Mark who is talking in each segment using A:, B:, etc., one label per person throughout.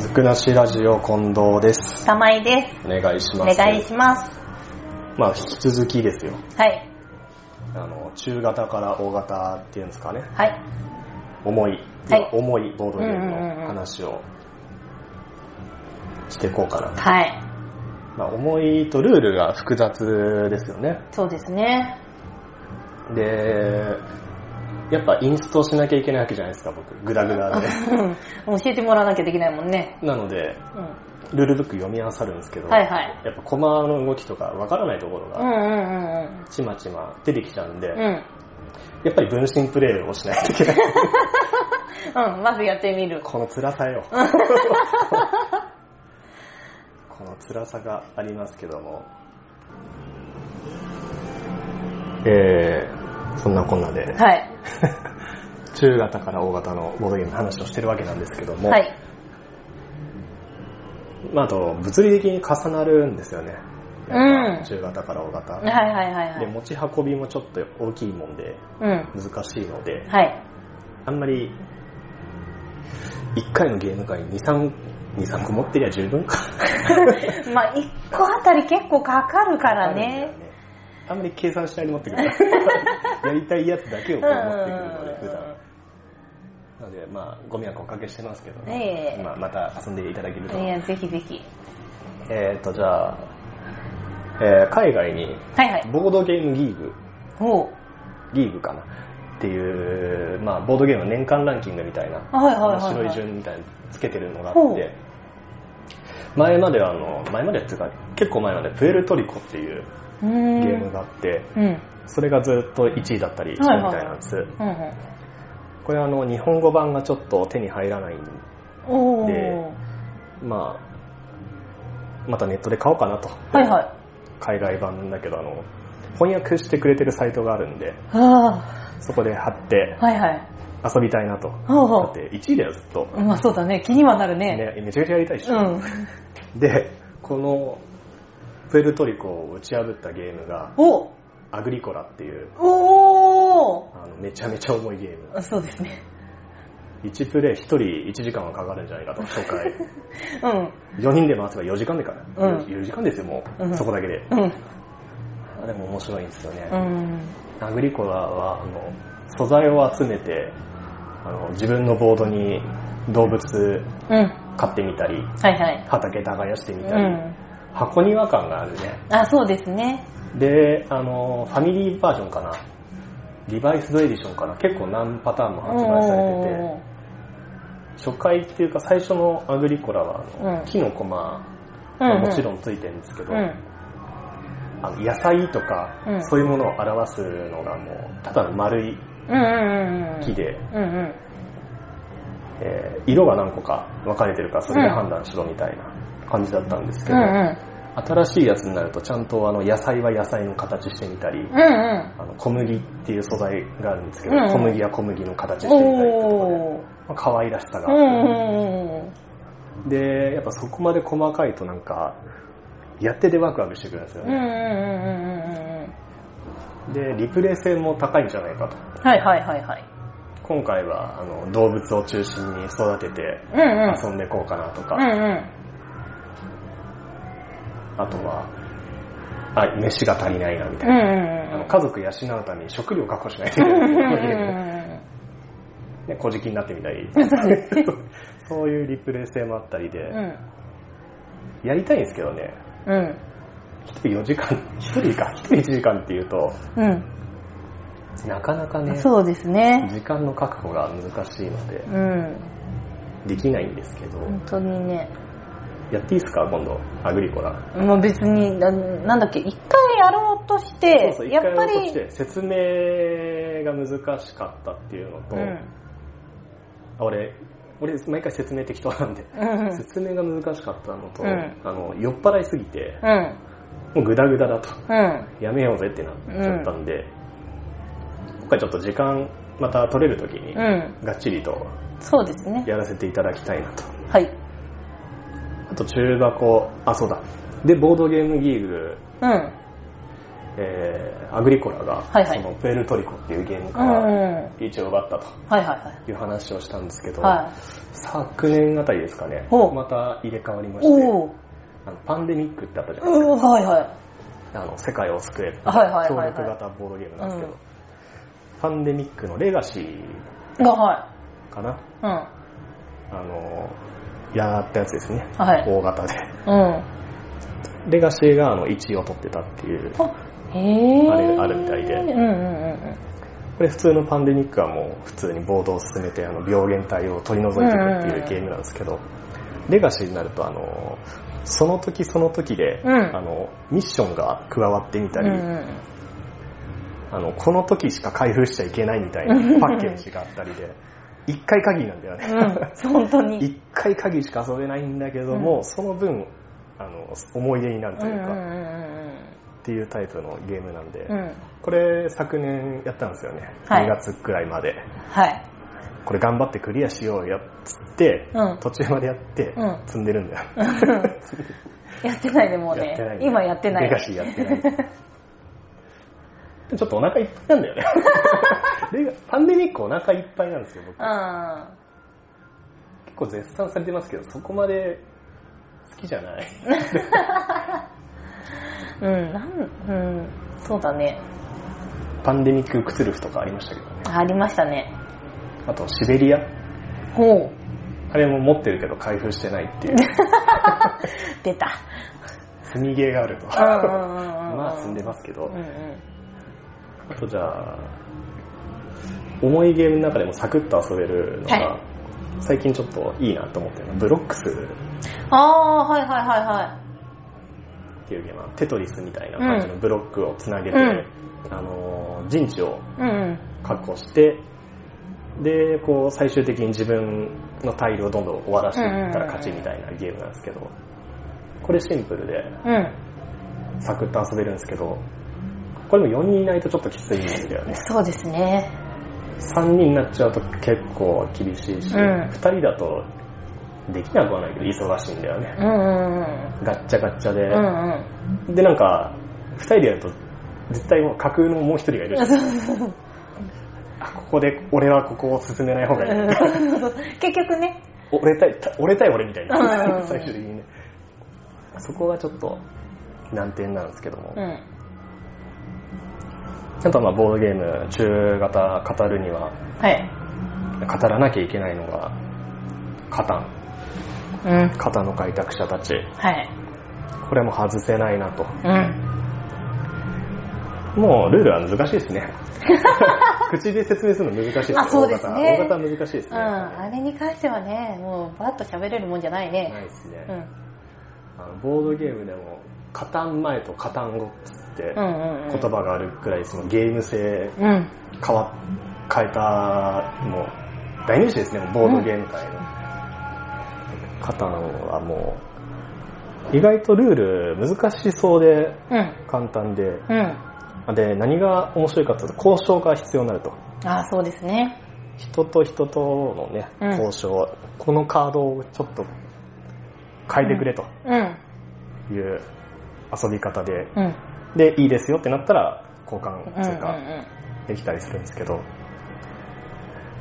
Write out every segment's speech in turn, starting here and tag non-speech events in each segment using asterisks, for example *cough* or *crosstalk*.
A: 服なしラジオ近藤です。
B: 玉井です。
A: お願いし
B: お
A: ます。
B: 願いします。
A: まあ、引き続きですよ。
B: はい。
A: あの、中型から大型っていうんですかね。
B: はい。
A: 重い、
B: はい
A: 重いボードゲーム
B: うんうんうんう
A: の
B: ん
A: 話をしていこうかな。
B: はい。
A: まあ、重いとルールが複雑ですよね。
B: そうですね。
A: で、やっぱインストしなきゃいけないわけじゃないですか、僕。グダグダで。
B: 教えてもらわなきゃできないもんね。
A: なので、
B: うん。
A: ルールブック読み漁るんですけど、
B: はいはい。
A: やっぱコマの動きとかわからないところ
B: うんう
A: が、
B: んうん
A: ちまちま出てきちゃうんで、
B: うん。うん。
A: やっぱり分身プレイをしないといけない。
B: うん、まずやってみる。
A: この辛さ *laughs* よ。この辛さがありますけども。えー、そんなこんなで、
B: はい。
A: *laughs* 中型から大型のボードゲームの話をしてるわけなんですけども、
B: はい。
A: まあ、あと、物理的に重なるんですよね。やっ
B: うん
A: ぱ中型から大型。
B: はいはいはいは
A: で、
B: い。
A: 持ち運びもちょっと大きいもんで、
B: うん。
A: 難しいので、
B: はい。 *laughs*
A: あんまり、1回のゲーム会に2、3、2、3個持ってりゃ十分か。
B: まあ、1個あたり結構かかるから
A: あるん
B: ね。
A: だよ。 *laughs* あんまり計算しないで持ってく
B: *laughs*
A: る。やりたいやつだけ
B: う
A: を
B: ん
A: こう持ってくるので、普段
B: う。
A: なので、まあ、ご迷惑おかけしてますけど
B: え
A: ね。
B: え
A: まあ、また遊んでいただけると
B: ん。い。や、ぜひぜひ。
A: えっと、じゃあ、えー海外に、
B: はいはい。
A: ボードゲームリーグ、
B: おう。
A: リーグかな。っていう、まあ、ボードゲームの年間ランキングみたいな、
B: はいはいはいはい
A: 面白い順みたいにつけてるのがあ
B: ほ
A: っ
B: う
A: て、前まではあの、前までっていうか、結構前までプエルトリコっていう
B: うー
A: ゲ
B: ん。
A: ームがあって、
B: うん。うん
A: それがずっと1位だったりしたみたいなんです、
B: うん。
A: これあの日本語版がちょっと手に入らないんで
B: お
A: で
B: ー。
A: まあまたネットで買おうかなと
B: はいはい。
A: 海外版だけどあの翻訳してくれてるサイトがあるんで
B: あ
A: そこで貼って
B: あ。はいはい。
A: 遊びたいなと
B: ほうほ
A: だ
B: う
A: って1位だよずっと、
B: まあそうだね、気にはなるね。
A: ね、めちゃくちゃやりたいし、
B: うん。
A: でこのプエルトリコを打ち破ったゲームが
B: お
A: アグリコラっていう
B: お
A: あのめちゃめちゃ重いゲーム
B: ーそうですね。
A: 1プレイ1人1時間はかかるんじゃないかと初
B: *laughs*
A: 回
B: うん。
A: 4人で回せば4時間でかな、
B: うん
A: 4 4時間ですよもう、
B: うん
A: そこだけで
B: うん。
A: あでも面白いんですよね、
B: うん。
A: アグリコラはあの素材を集めてあの自分のボードに動物
B: うん。
A: 飼ってみたり
B: はいはい。
A: 畑耕してみ
B: う
A: たり、
B: ん。
A: 箱庭感があるね
B: あ、そうですね。
A: であのファミリーバージョンかなリバイスドエディションかな結構何パターンも発売されてて初回っていうか最初のアグリコラはあの、
B: うん
A: 木のコマ
B: うん
A: が
B: うん
A: もちろんついてるんですけど、
B: うん。
A: あの野菜とか、
B: うん
A: そういうものを表すのがもうただの丸い
B: うんうんうん。
A: 木。で、
B: うんうん。
A: えー色が何個か分かれてるからそれで判断しろみたいな感じだったんですけ
B: う
A: ど、
B: んうん。
A: 新しいやつになるとちゃんとあの野菜は野菜の形してみたり、
B: うん
A: あの小麦っていう素材があるんですけど、
B: うんうん
A: 小麦は小麦の形し
B: うん。
A: てみたりってとこで、
B: おー。
A: まあ、可愛らしさが
B: う
A: あって、
B: んうん。
A: でやっぱそこまで細かいとなんかやっててワクワクしてくるんですよ
B: うんうんうんうん
A: ね、
B: うんうん。
A: でリプレイ性も高いんじゃないかと
B: はいはいはいはい。
A: 今回はあの動物を中心に育てて
B: うんうん。
A: 遊んでこうかなとか、
B: うんうん。
A: あとはあ飯が足りないなみたい
B: うん
A: な、
B: うん
A: あ
B: う
A: の
B: ん。
A: 家族養うために食料確保しないといけ
B: うん
A: ない
B: うん
A: このゲーム
B: うん
A: *laughs* ね小食になってみたり *laughs* そういうリプレイ性もあったりで、
B: うん。
A: やりたいんですけどね
B: うん。
A: 1人4時間1人か1人1時間っていうと
B: うん。
A: なかなかね
B: そうですね。
A: 時間の確保が難しいので
B: うん。
A: できないんですけど、
B: 本当にね。
A: やっていいですか今度アグリコラ
B: もう別に、ななんだっけ、一回やろうとし
A: そう
B: て、
A: そう一
B: やっ
A: 回
B: ぱ
A: 落とし
B: り、
A: て説明が難しかったっていうのと、あ俺俺毎回説明適当なんで、
B: うん。うん。
A: 説明が難しかったのと、
B: うん
A: あの酔っ払いすぎて
B: うん。
A: もうグダグダだと
B: うん。
A: やめようぜってなっちゃったんで、今回ちょっと時間また取れる時に、
B: うん。
A: がっちりと
B: そうですね。
A: やらせていただきたいなと
B: はい。
A: あと中箱あそうだでボードゲームギーグ
B: うん。
A: えーアグリコラが、
B: はいはい
A: そのプエルトリコっていうゲーム
B: う
A: か
B: んうん。
A: ら
B: は
A: リーチを奪ったと
B: いはいはい。
A: いう話をしたんですけど、
B: は
A: 昨年あたりですかね、
B: ほう
A: また入れ替わりまし
B: い。
A: て、
B: おお。
A: あのパンデミックってあったじゃないです
B: うん、はいは
A: か、あの世界を救える、
B: はいはいはいはい
A: 協力型ボードゲームなんですけど、
B: うん
A: パンデミックのレガシー
B: い。が、は
A: かな、
B: い。うん。
A: あのやったやつですね、
B: はい。
A: 大型で。
B: うん。
A: レガシーがあの1位を取ってたっていう、こ
B: あ、へえ。
A: あれあるみたいで
B: うんうんうん
A: れ普通のパンデミックはもう普通にボードを進めてあの病原体を取り除いていくっていうゲームなんですけど、レガシーになるとあのその時その時で、
B: うん
A: あのミッションが加わってみた
B: うん。
A: り、
B: うんうん
A: あのこの時しか開封しちゃいけないみ
B: *laughs*
A: たいなパッケージがあったりで1回限りなんだよ
B: う
A: ね、
B: ん、本
A: *laughs*
B: 当に。
A: 1回限りしか遊べないんだけども、
B: うん
A: その分あの思い出になると
B: うん
A: いううんか、っ
B: うん
A: ていうタイプのゲームなんで、
B: うん。うん。
A: これ昨年やったんですよね、
B: はい
A: 2月くらいまで
B: はい。
A: これ頑張ってクリアしようやっつって、
B: うん
A: 途中までやって、
B: うん
A: 積んでるんだよ、
B: やってないでもう
A: や
B: ね
A: ってない。ね
B: 今やってない。
A: レガシーやって
B: *laughs*
A: ないでちょっとお腹いっぱいなんだよね *laughs* レガパンデミックお腹いっぱいなんですよ僕結
B: う
A: 構絶賛されてますけどそこまで好きじゃ
B: *laughs*
A: ない
B: ん。うん、なん、うん、そうだね。
A: パンデミッククツルフとかありましたけどね
B: あありましたね。
A: あとシベリア
B: ほう。
A: あれも持ってるけど開封してない
B: *laughs*
A: っていう
B: 出た。
A: 積みゲーがあると
B: うんうんうんう
A: *laughs*
B: ん。
A: まあ積んでますけど、
B: うんうん。
A: あとじゃあ、重いゲームの中でもサクッと遊べるのが、
B: はい
A: 最近ちょっといいなと思ってるのはブロックスっ
B: ああ、はいはいはいは
A: ていうゲームは、テトリスみたいな感じの
B: う
A: ブロックをつなげて、
B: うん
A: あのー陣地を
B: い。うん
A: 確保して、で、こう、最終的に自分のタイルをどんどん終わらしていったら勝ちみたいなゲームなんですけど、これシンプルで、
B: うん。うん。
A: サクッと遊べるんですけど、これも4人いないとちょっときついんだよね。
B: そうですね。
A: 3人になっちゃうと結構厳しいし、
B: うん
A: 2人だとできなくはないけど忙しいんだよね
B: うんうん
A: ガッチャガッチャ
B: うん。うん
A: で、
B: うん。
A: でなんか2人でやると絶対もう架空のもう1人がいるしあここで俺はここを進めない方がいい、
B: 結局ね。
A: 折れたいた折れたい俺みたいな、
B: うん
A: *laughs* 最終的にねそこがちょっと難点なんですけども、
B: うん。
A: ちゃんとまあボードゲーム中型語るには
B: はい。
A: 語らなきゃいけないのがカタン
B: うん。
A: カタンの開拓者たち
B: はい。
A: これも外せないなと。
B: うん。
A: もうルールは難しいです
B: *laughs*
A: ね。口で説明するの難しいです。
B: あそうですね
A: 大型大型は難しいですね。
B: うん。あれに関してはね、もうバッと喋れるもんじゃない
A: な
B: ね。
A: いです
B: う
A: ね、
B: ん。
A: あのボードゲームでも、カタン前とカタン後っつって
B: うんうんうん。
A: 言葉があるくらいそのゲーム性
B: うん。
A: 変わ、変えた、もう代名詞ですね、ボードゲーム界の。カタンはもう、意外とルール難しそうで
B: うん。
A: 簡単で、
B: うん。
A: で、何が面白いかというと交渉が必要になると。
B: ああ、そうですね。
A: 人と人とのね、
B: うん
A: 交渉、このカードをちょっと変えてくれと
B: うん。
A: いう遊び方で、
B: うん。
A: で、いいですよってなったら交
B: う
A: 換
B: ん。
A: 通
B: うん
A: 貨できたりするんですけど、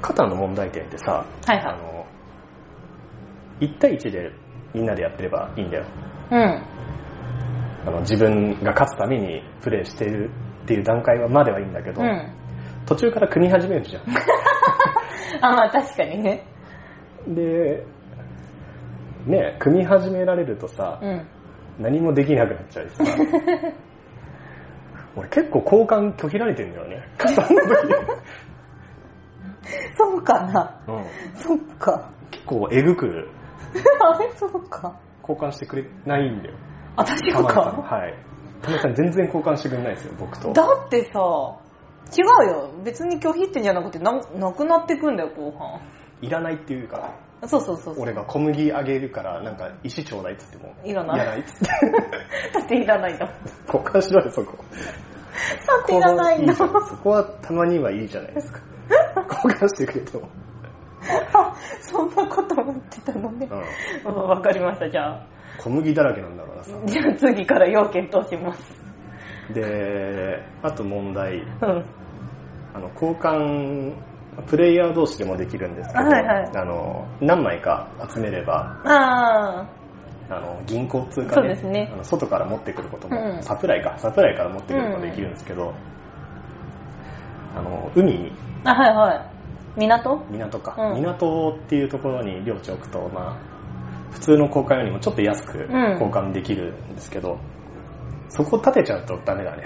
A: カタンの問題点ってさ、
B: はい
A: あ
B: は
A: の、1対1でみんなでやってればいいんだよ。
B: い。うん。
A: あの自分が勝つためにプレイしてるっていう段階はまではいいんだけど、
B: うん。
A: 途中から組み始めるじゃん。
B: あ、まあ確かにね。 *laughs*
A: で、ね、組み始められるとさ、
B: うん。
A: 何もできなくなっち
B: *laughs*
A: ゃうしさ俺結構交換拒否られてんだよ
B: *laughs*
A: ね加算の時、
B: そうかな。
A: うん、
B: そっか。 *laughs*
A: 結構えぐく
B: あれそうか。
A: 交換してくれないんだよ
B: あ、確
A: 玉
B: か
A: 井さん
B: か。
A: はい玉井さん全然交換してくれないですよ僕と
B: だってさ、違うよ。別に拒否ってんじゃなくて、ななくなってくんだよ、後半。
A: いらないって言うから
B: そうそうそうそう。
A: 俺が小麦あげるからなんか石ちょうだいっつっても
B: いらない
A: いらないっつって
B: だっていら *laughs* ないんだもん。だ
A: 交換しろよそこ
B: っていらないんだ
A: そ
B: も
A: こ
B: ん。
A: はそこはたまにはいいじゃない
B: *laughs*
A: ですか交換してくれても、
B: あ、 *laughs* そんなこと思ってたのね
A: う。ん、
B: うんわかりました、じゃあ。
A: 小麦だらけなんだからさ
B: じゃあ次から要検討します。
A: で、あと問題、
B: うん。
A: あの交換、プレイヤー同士でもできるんですけど、
B: はいはい
A: あの何枚か集めれば、
B: あ
A: あの銀行通貨
B: そうですね
A: あの外から持ってくることも、
B: うん
A: サプライかサプライから持ってくることもできるんですけど、あの海に
B: あ。あ、はいはい。港
A: 港か、
B: うん
A: 港っていうところに領地を置くと、まあ、普通の交換よりもちょっと安く交換できるんですけど、そこ立てちゃうとダメだ
B: *laughs*
A: ね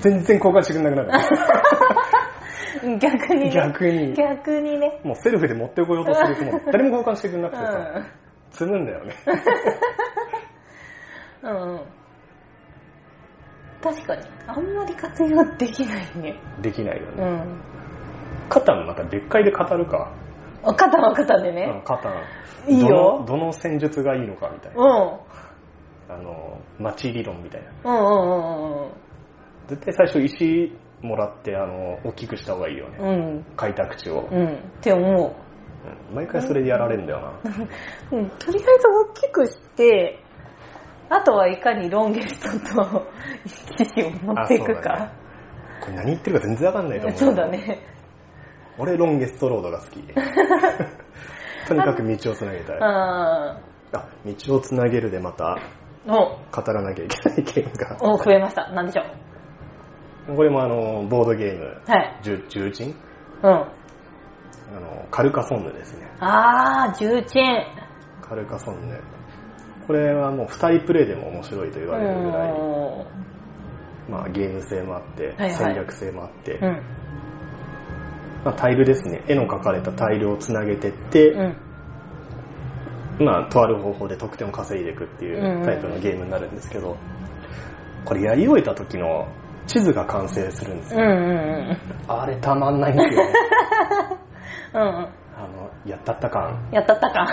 A: 全然交換してくれなくなる
B: 逆にね。
A: 逆に
B: 逆にね。
A: もうセルフで持ってこようとするともう誰も交換してくれなくてさ、
B: う
A: 積むんだよ
B: *laughs*
A: ね
B: ん。うんうん。確かに。あんまり活用できないね。
A: できないよ
B: う
A: ね、
B: ん。
A: 肩もまた別解で語るか
B: あ肩は肩で
A: うん
B: ね。、
A: カタン
B: いいよ
A: どのどの戦術がいいのかみたいな、
B: うん。
A: あの町理論みたいな
B: うんうん
A: 絶対最初石もらってあの大きくした方がいいよね、
B: うんうん。うん。
A: 開拓地を、
B: うん。って思う。
A: うん毎回それでやられるんだよな、
B: うん、とりあえず大きくして、あとはいかにロンゲストと *laughs* 一時を持っていくか。
A: これ何言ってるか全然わかんないと思う
B: そうだね。
A: 俺ロンゲストロードが好
B: *laughs*
A: きとにかく道をつなげたいあ
B: あ
A: 道をつなげるでまた
B: ーお、
A: 語らなきゃいけないゲームが
B: お、増えました。なんでしょう。
A: これもあのボードゲーム
B: はい。
A: 重重鎮
B: うん。
A: あのカルカソンヌですね
B: あー、重鎮。
A: カルカソンヌこれはもう2人プレイでも面白いと言
B: う
A: われるぐらい、
B: ん。
A: まあ、ゲーム性もあって、
B: はいはい
A: 戦略性もあって、
B: うん。
A: まあ、タイルですね絵の描かれたタイルをつなげてって、
B: うん。
A: まあ、とある方法で得点を稼いでいくってい
B: んう
A: うんうタイプのゲームになるんですけど、これやり終えた時の地図が完成するんです
B: うんうん
A: よ、
B: うん。
A: あれたまんないんですよ *laughs* ね
B: うんうん。
A: あのやったった感 *laughs*
B: やったったか。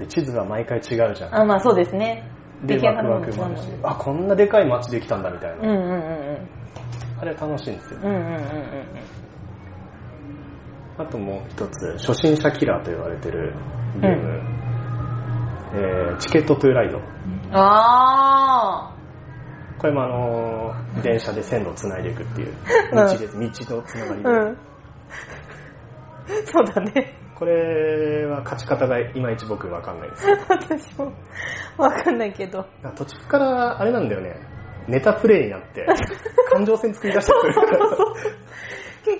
A: で地図は毎回違うじゃ
B: あ、まあそうですね。
A: んで
B: 出来上
A: ワ
B: が
A: ク
B: るの
A: ワ
B: も
A: クもある
B: 違うもん
A: し
B: ね
A: あこんなでかい街できたんだみたい
B: うん
A: な、
B: うんうん
A: あれ楽しいんですよ
B: うん。うんうんうん
A: あともう一つ、初心者キラーと言われてるゲーム、えーチケットトゥーライド。
B: うん。あ
A: これもあのー電車で線路を繋いでいくっていう、
B: うん
A: 道です、道の繋がり
B: ー。
A: で、
B: うん。そうだね。
A: これは勝ち方がいまいち僕わかん *laughs* ないです。
B: 私もわかんないけ
A: *laughs*
B: ど
A: なんか途中からあれなんだよね、ネタプレイになって、感情線作り出してくる *laughs* から、
B: 結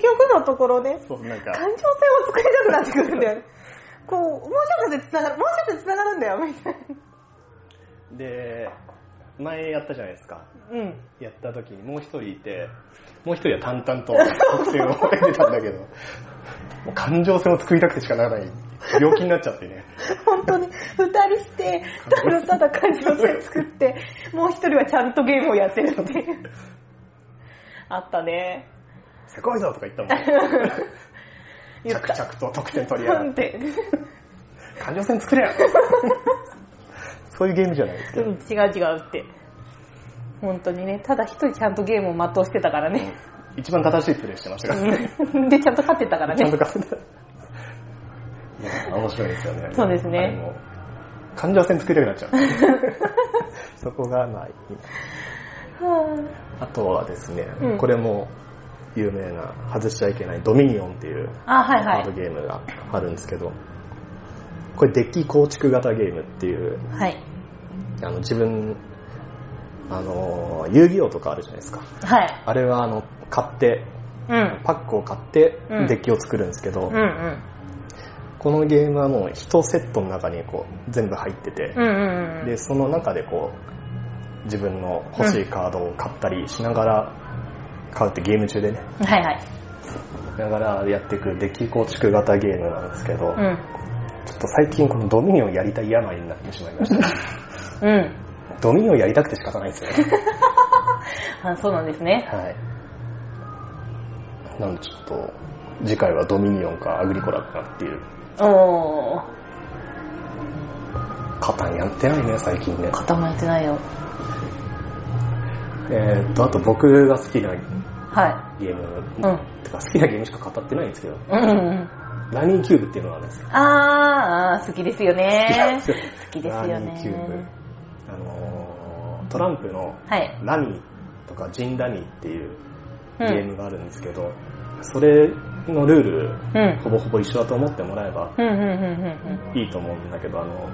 B: 局のところね
A: そう、なんか、
B: 感情線を作りたくなってくる
A: *laughs*
B: んだよねこうもうちょっとでつながるもうちょっとでつながるんだよみたい
A: で、前やったじゃないですか。
B: なうん
A: やった時にもう一人いてもう一人は淡々と得点を得てたんだけどもう感情線を作りたくてしかならない病気になっちゃってね
B: 本当に二人してただただ感情線作ってもう一人はちゃんとゲームをやってるっていうあったね
A: 「せこいぞ!」とか言ったもん
B: 言っ
A: 着
B: た
A: 々と得点取りや
B: ふ
A: が
B: ん
A: っ
B: ってて
A: 感情線作れよそういうゲームじゃないです
B: うん違う違うって本当にねただ一人ちゃんとゲームを全うしてたからね
A: 一番正しいプレイしてましたから、
B: うんでちゃんと勝ってたから
A: ちゃん
B: ね
A: と勝てたいや面白いですよね
B: そうですね
A: あれも感情線作りたくなっちゃう
B: *laughs*
A: そこがまあいい
B: は
A: あとはですね、
B: うん
A: これも有名な外しちゃいけないドミニオンっていう
B: ああはい
A: カ
B: は
A: ード
B: い
A: ゲームがあるんですけど、これデッキ構築型ゲームっていう
B: はい
A: あの自分あの遊戯王とかあるじゃないですか
B: はい
A: あれはあの買って
B: うん
A: パックを買って
B: うん
A: デッキを作るんですけど、
B: うんうん
A: このゲームはもう1セットの中にこう全部入ってて
B: う、んうんうん
A: でその中でこう自分の欲しいカードを買ったりしながら買うってゲーム中でね
B: はいはい
A: ながらやっていくデッキ構築型ゲームなんですけど、
B: うん
A: ちょっと最近このドミニオンやりたい病になってしまいました。 *laughs*
B: うん
A: ドミニオンやりたくて仕方ないですよね。
B: あそうなんですね
A: はい。なんでちょっと、次回はドミニオンかアグリコラかっていう。
B: おー
A: カタンやってないね、最近ね。
B: 固まってないよ
A: えーっと、あと僕が好きな
B: は
A: ゲーム、
B: いうん
A: てか好きなゲームしか語ってないんですけど、
B: うんうん
A: ラニーキューブっていうのがあるんですよ。
B: あーあー好きですよね好きですよ
A: ラニーキューブ
B: ね。
A: あのトランプの
B: はい。
A: ラミーとかジンラミーっていう
B: う
A: ゲ
B: ん
A: ームがあるんですけど、それのルール、
B: うん。
A: ほぼほぼ一緒だと思ってもらえば
B: うんうんうん
A: いいと思うんだけど、あの、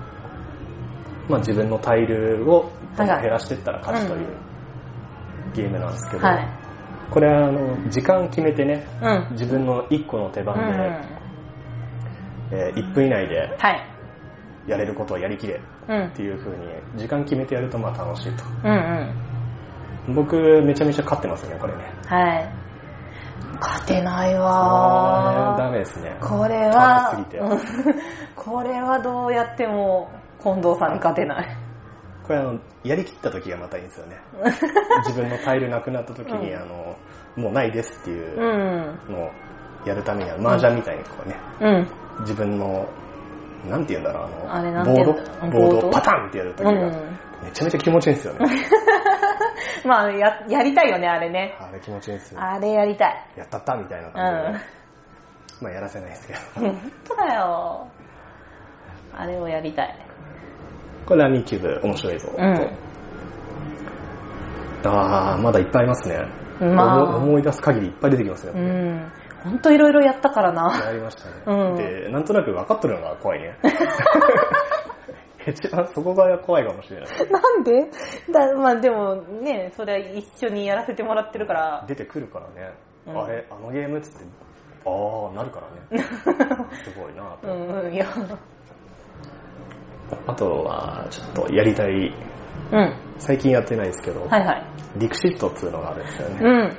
A: まあ、自分のタイルをどんどん減らしていったら勝ちというゲームなんです
B: う
A: け
B: ん。
A: ど、
B: はい。
A: これはあの、時間決めてね、
B: うん。
A: 自分の1個の手番
B: う
A: で、
B: ん。
A: えー1分以内で
B: はい。
A: やれることをやりきれっ
B: うん。
A: ていう風に、時間決めてやるとまあ楽しいと。
B: うんうん。
A: 僕、めちゃめちゃ勝ってますね、これね。
B: はい。勝てない
A: あ
B: わ
A: ーダ
B: ー。
A: メですね。
B: これ
A: トランプす
B: は
A: ぎて、
B: うんこれはどうやっても近藤さんに勝てない。
A: これあの、やりきった時がまたいいんです
B: *laughs*
A: よね。自分のタイルなくなった時に、
B: うん。
A: あの、もうないですっていううんのをやるためには、麻雀みたいにこうね、
B: うん。
A: 自分の、なんて言うんだろう、
B: あ
A: あ
B: れ
A: の、
B: なんて
A: ボード
B: 言うんだろう
A: ボー
B: ボ
A: ド
B: ード
A: をパタンってやる時が、
B: うん。
A: めちゃめちゃ気持ちいいんですよね。
B: *laughs* まあ、や、やりたいよね、あれね。
A: *laughs* あれ気持ちいいんですよ。
B: あれやりたい。
A: やったったみたいな
B: う
A: 感じ
B: ん
A: で。。まあやらせないですけど。
B: 本当だよ。あれをやりたい。
A: これラミーキューブ面白いぞ。
B: う
A: ああ、まだいっぱいありますね。
B: ん。ま
A: 思
B: あ、
A: 思い出す限りいっぱい出てきますね。
B: うん。ほんといろいろやったからな。
A: やりましたね、
B: うん
A: で、なんとなく分かってるのが怖いね。一番そこが怖いかもしれない。
B: *laughs* なんでだまあでもね、それは一緒にやらせてもらってるから、
A: 出てくるからね、
B: うん
A: あれ、あのゲームっつって、ああ、なるからね。
B: *laughs*
A: すごいなと、
B: うん、いや、
A: あとは、ちょっとやりたい、
B: うん、
A: 最近やってないですけど、
B: はいはい。
A: リクシットっていうのがあるんですよね。
B: うん、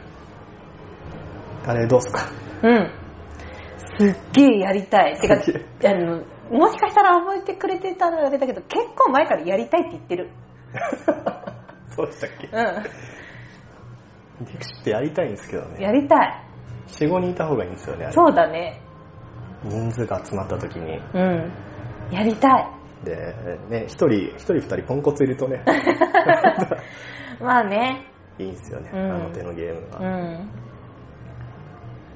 A: あれどうっすか *laughs*
B: うん。すっげえやりたい。てか、あの、もしかしたら覚えてくれてたのだけだけど、結構前からやりたいって言ってる。
A: そうでしたっけ
B: う
A: リクシットやりたいんですけど
B: ん、や
A: ね。
B: りたい。
A: 4、5人いた方がいいんですよね、あれ
B: そうだね。
A: 人数が集まった時に。
B: うん。やりたい。
A: で、ね、一人、一人二人ポンコツいるとね、
B: まあね。
A: いいんですよね、
B: うん
A: あの手のゲーム
B: う
A: は。
B: ん。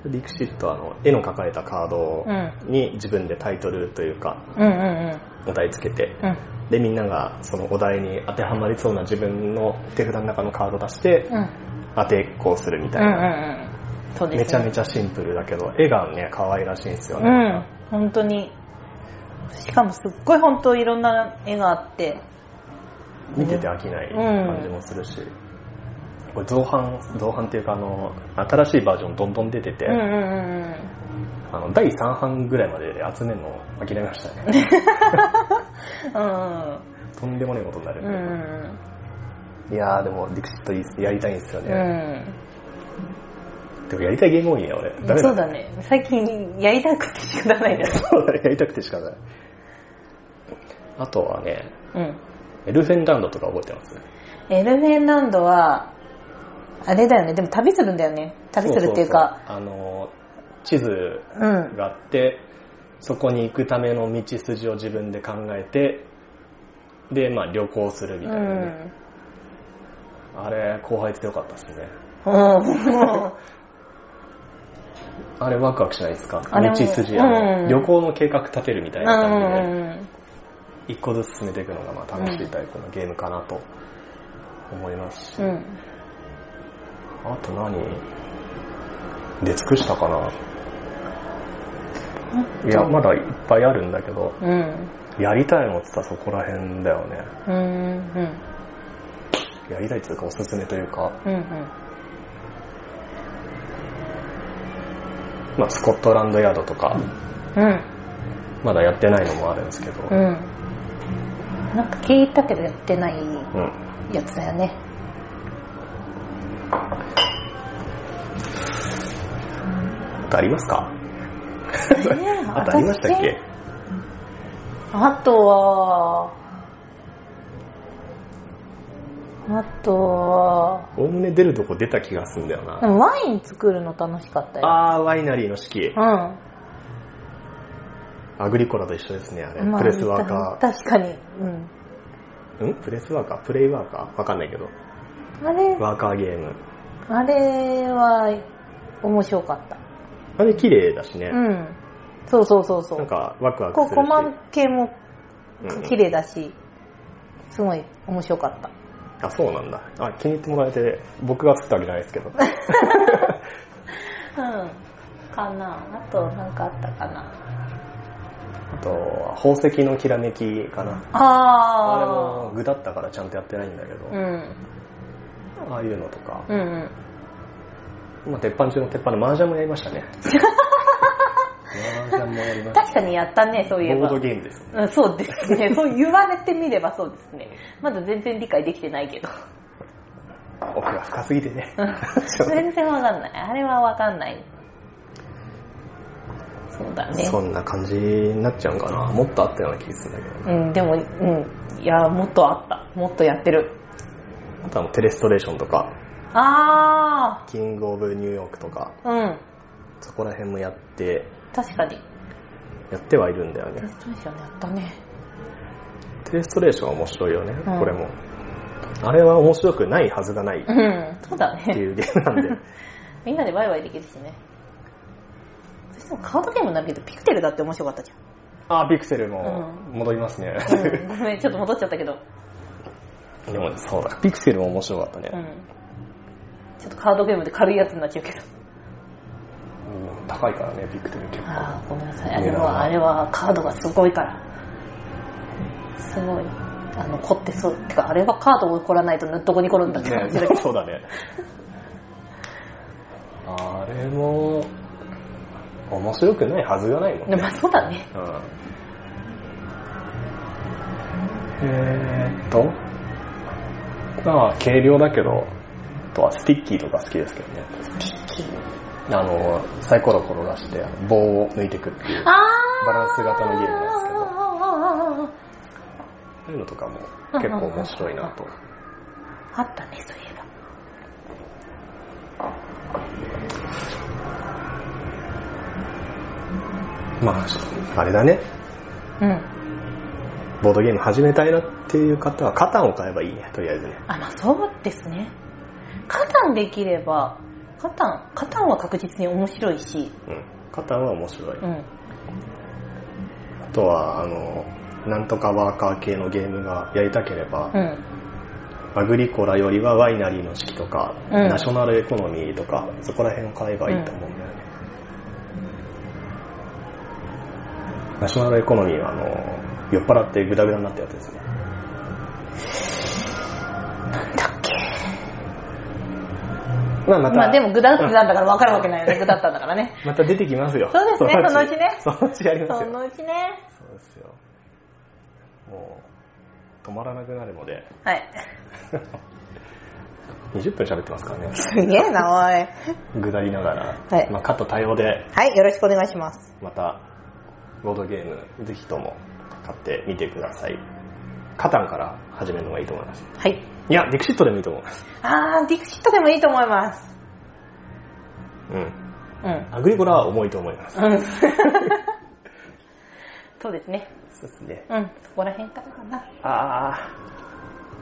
A: リクシットはあの絵の描かれたカード
B: うん。
A: に自分でタイトルというか、
B: うんうん
A: お題つけて、
B: うん。
A: で、みんながそのお題に当てはまりそうな自分の手札の中のカード出して
B: うん。、うん。
A: 当てっこをするみ
B: う
A: たい
B: んう
A: な。
B: んうん。そうですね。
A: めちゃめちゃシンプルだけど、絵がね、可愛らしいんですよ
B: う
A: ね。
B: ん。本当に。しかもすっごい本当いろんな絵があって。
A: 見てて飽きない感じもするし。これ造反、造反っていうか、あの、新しいバージョンどんどん出てて、
B: うんうんうん
A: あの、第3版ぐらいまで集めるのを諦めました
B: *laughs*
A: ね。
B: うん。
A: とんでもないことになる
B: うんうんうん
A: いやーでも、ディクシットいいっすやりたいんですよ
B: う
A: ね。
B: ん。
A: でもやりたいゲーム多いね、俺。ダメだ。
B: そうだね。最近やりたくて仕方ないね。
A: そうだね。 *laughs* やりたくてしかない。あとはね、
B: うん。
A: エルフェンランドとか覚えてます
B: エルフェンランドは、あれだよね。でも旅するんだよね。旅するっていうか。。
A: そうそうそうあのー、地図
B: うん。
A: があって、そこに行くための道筋を自分で考えて、で、まあ旅行するみ
B: う
A: たいなね、
B: ん。
A: あれ、後輩強かったっすね。
B: *laughs* うん。
A: あれワクワクしないですか
B: あれも
A: 道筋、あの
B: うん
A: 旅行の計画立てるみたいな
B: う
A: 感じで。
B: ん
A: 一個ずつ進めていくのがまあ楽しいタイプのゲームかなと思いますし、
B: うんうん。
A: あと何出尽くしたかな
B: う
A: いや、まだいっぱいあるんだけど、
B: うん。
A: やりたいのって言ったらそこら辺だよね。
B: うん。うん。
A: やりたいっていうかおすすめというか、
B: うんうん。
A: まあスコットランドヤードとか、
B: うん。
A: まだやってないのもあるんですけど、
B: う
A: うん。
B: ん。なんか聞いたけどやってないやつだよね。
A: あとありますか
B: え
A: あとありましたっけ
B: あとは、あとは、
A: おおむね出るとこ出た気がするんだよ
B: で
A: な。
B: もワイン作るの楽しかったよ。
A: あー、ワイナリーの式。
B: う
A: アグリコラと一緒ですね、あれ。
B: ん。まあ
A: プレスワーカー。
B: 確かに。うん。
A: んプレスワーカープレイワーカーわかんないけど。
B: あれ、
A: ワーカーゲーム。
B: あれは面白かった。
A: あれ綺麗だしね。
B: うん。そうそうそうそう。
A: なんかワクワク
B: こう、
A: するし。
B: コマ系も
A: うん
B: 綺麗だし、すごい面白かった。
A: あ、そうなんだ。あ、気に入ってもらえて、僕が作ったわけじゃないですけど。
B: うん。かな。あと、なんかあったかな。
A: あとは、宝石のきらめきかな。あれ
B: あ
A: も
B: あ。
A: 具だったからちゃんとやってないんだけど、
B: うん。
A: ああいうのとか、
B: うんうん。
A: まあ、鉄板中の鉄板の麻雀もやりましたね。麻雀もやりました。
B: 確かにやったね、そういえ
A: ボ
B: ば。
A: ードゲームです。
B: うん、そうですね。 *laughs* そう言われてみればそうですね。まだ全然理解できてない
A: *laughs*
B: けど。
A: 奥が深すぎてね。
B: 全然わかんない。あれはわかんない。そうだね。
A: そんな感じになっちゃうんかな。もっとあったような気がするんだけど。
B: うん、でも、うん。いや、もっとあった。もっとやってる。
A: あとはもうテレストレーションとか、
B: あ
A: キングオブニューヨークとか、
B: ー。うん。
A: そこら辺もやって、
B: 確かに。
A: やってはいるんだよね
B: テレ。ストレーションやったね。
A: テレストレーションは面白いよね、
B: うん
A: これも。あれは面白くないはずがないっ
B: うん。そうだ
A: て
B: ね。
A: いうゲームなんで。
B: みんなでワイワイできるしね。そしてもカードゲームになるけど、ピクテルだって面白かったじゃん。
A: あー、ピクセルも戻りますね。 *laughs*
B: うん、ごめん、ちょっと戻っちゃったけど。
A: でもそうだ、ピクセルも面白かった
B: う
A: ね。
B: ん。ちょっとカードゲームで軽いやつになっちゃうけど。
A: うん高いからね、ピクセル結構。
B: ああ、ごめんなさい。
A: い
B: あ
A: や
B: れは、あれはカードがすごいから。すごい。あの、凝ってそう。てか、あれはカードを凝らないとどこに凝るんだって感じだけ
A: ね、そうだね。あれも、面白くないはずがないもん
B: ど。
A: ね。
B: まあ、そうだね。
A: うん。えーっと、まあ、軽量だけど、あとはスティッキーとか好きですけどね。あの、サイコロ転がして、棒を抜いていくっていう、
B: ああ
A: バランス型のゲームなんですけど
B: なんです
A: そういうのとかも結構面白いなと。
B: けど。あったね、そういえば。
A: まあ、あれだね。
B: うん。
A: ボードゲーム始めたいなっていう方は、カタンを買えばいいね、とりあえずね。
B: あ、まあ、そうですね。カタンできれば、カタン、カタンは確実に面白いし、
A: うん。カタンは面白い。
B: うん。
A: あとは、あの、なんとかワーカー系のゲームがやりたければ、
B: うん。
A: アグリコラよりはワイナリーの式とか、
B: うん
A: ナショナルエコノミーとか、そこら辺を買えばいいと思うんだよね。ナショナルエコノミーは、あの、酔っ払ってグダグダになったやつですね。
B: なんだっけ。
A: まあ、また、
B: まあ、でも、グダってなんだから分かるわけないよね。グダったんだからね。
A: また出てきますよ。
B: そうですね
A: そのうちそのうちやります
B: そ
A: よ。
B: のうちね。
A: そうですよ。もう、止まらなくなるので、
B: はい。
A: 20分喋ってますからね。
B: すげえな、おい。
A: ぐだりながら、
B: はい
A: まあ、カット対応で、
B: はい、よろしくお願いします。
A: また、ボードゲーム、ぜひとも買ってみてください。カタンから始めるのがいいと思います。
B: はい。
A: いや、ディクシットでもいいと思います。
B: あー、ディクシットでもいいと思います。
A: うん。
B: うん。
A: アグリコラは重いと思います。
B: うん。 *laughs* そうですね。
A: そうですね。
B: うん、そこら辺からかな。
A: あ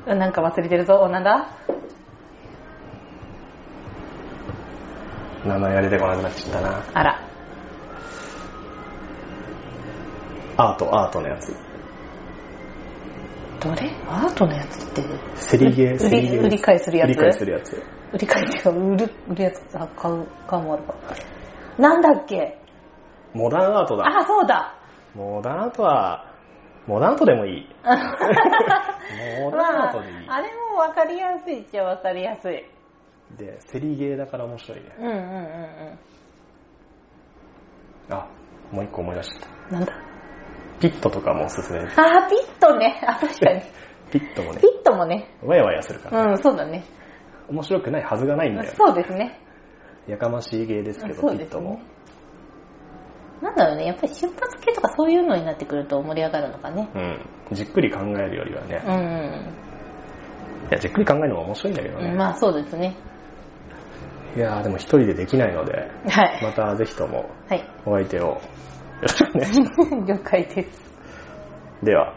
B: うんなんか忘れてるぞ、おなんだ
A: ー、名前が出てこなくなっちゃったな。
B: あら。
A: アート、アートのやつ。
B: どれアートのやつって、
A: セリゲー、セリ
B: 売り
A: ゲー。
B: 売り買いするやつ
A: 売り買いするやつ。
B: 売り買いっていうか、売る、売るやつ、あ、買う、買うもあるか。なんだっけ
A: モダンアートだ。
B: あ、そうだ。
A: モダンアートは、モダンアートでもい
B: *laughs*
A: い。モダンアートでい
B: まあ、あれも分かりやすいっちゃ分かりやすい。
A: い。で、セリゲーだから面白いね。
B: うんうんうん
A: あ、もう一個思い出した。
B: うん。なんだ
A: ピットとかもおすすめです。
B: あー、ピットね。あ、確かに。
A: ピットもね
B: ピ、ットもね。
A: わやわやするから、
B: うん、そうだね。
A: 面白くないはずがないんだよ。
B: そうですね。
A: やかましいゲーですけど、
B: そう
A: ピ
B: で
A: ッ
B: す
A: トも
B: ね。。なんだろうね、やっぱり出発系とかそういうのになってくると盛り上がるのかね。
A: うん。じっくり考えるよりはね
B: う。ん、
A: いや、じっくり考えるのも面白いんだけど
B: うん。
A: ね。
B: まあそうですね。
A: いやーでも一人でできないので、
B: はい。
A: またぜひとも
B: はい。 *laughs*
A: お相手をよろしくお願いしま
B: 了解です。
A: す。では。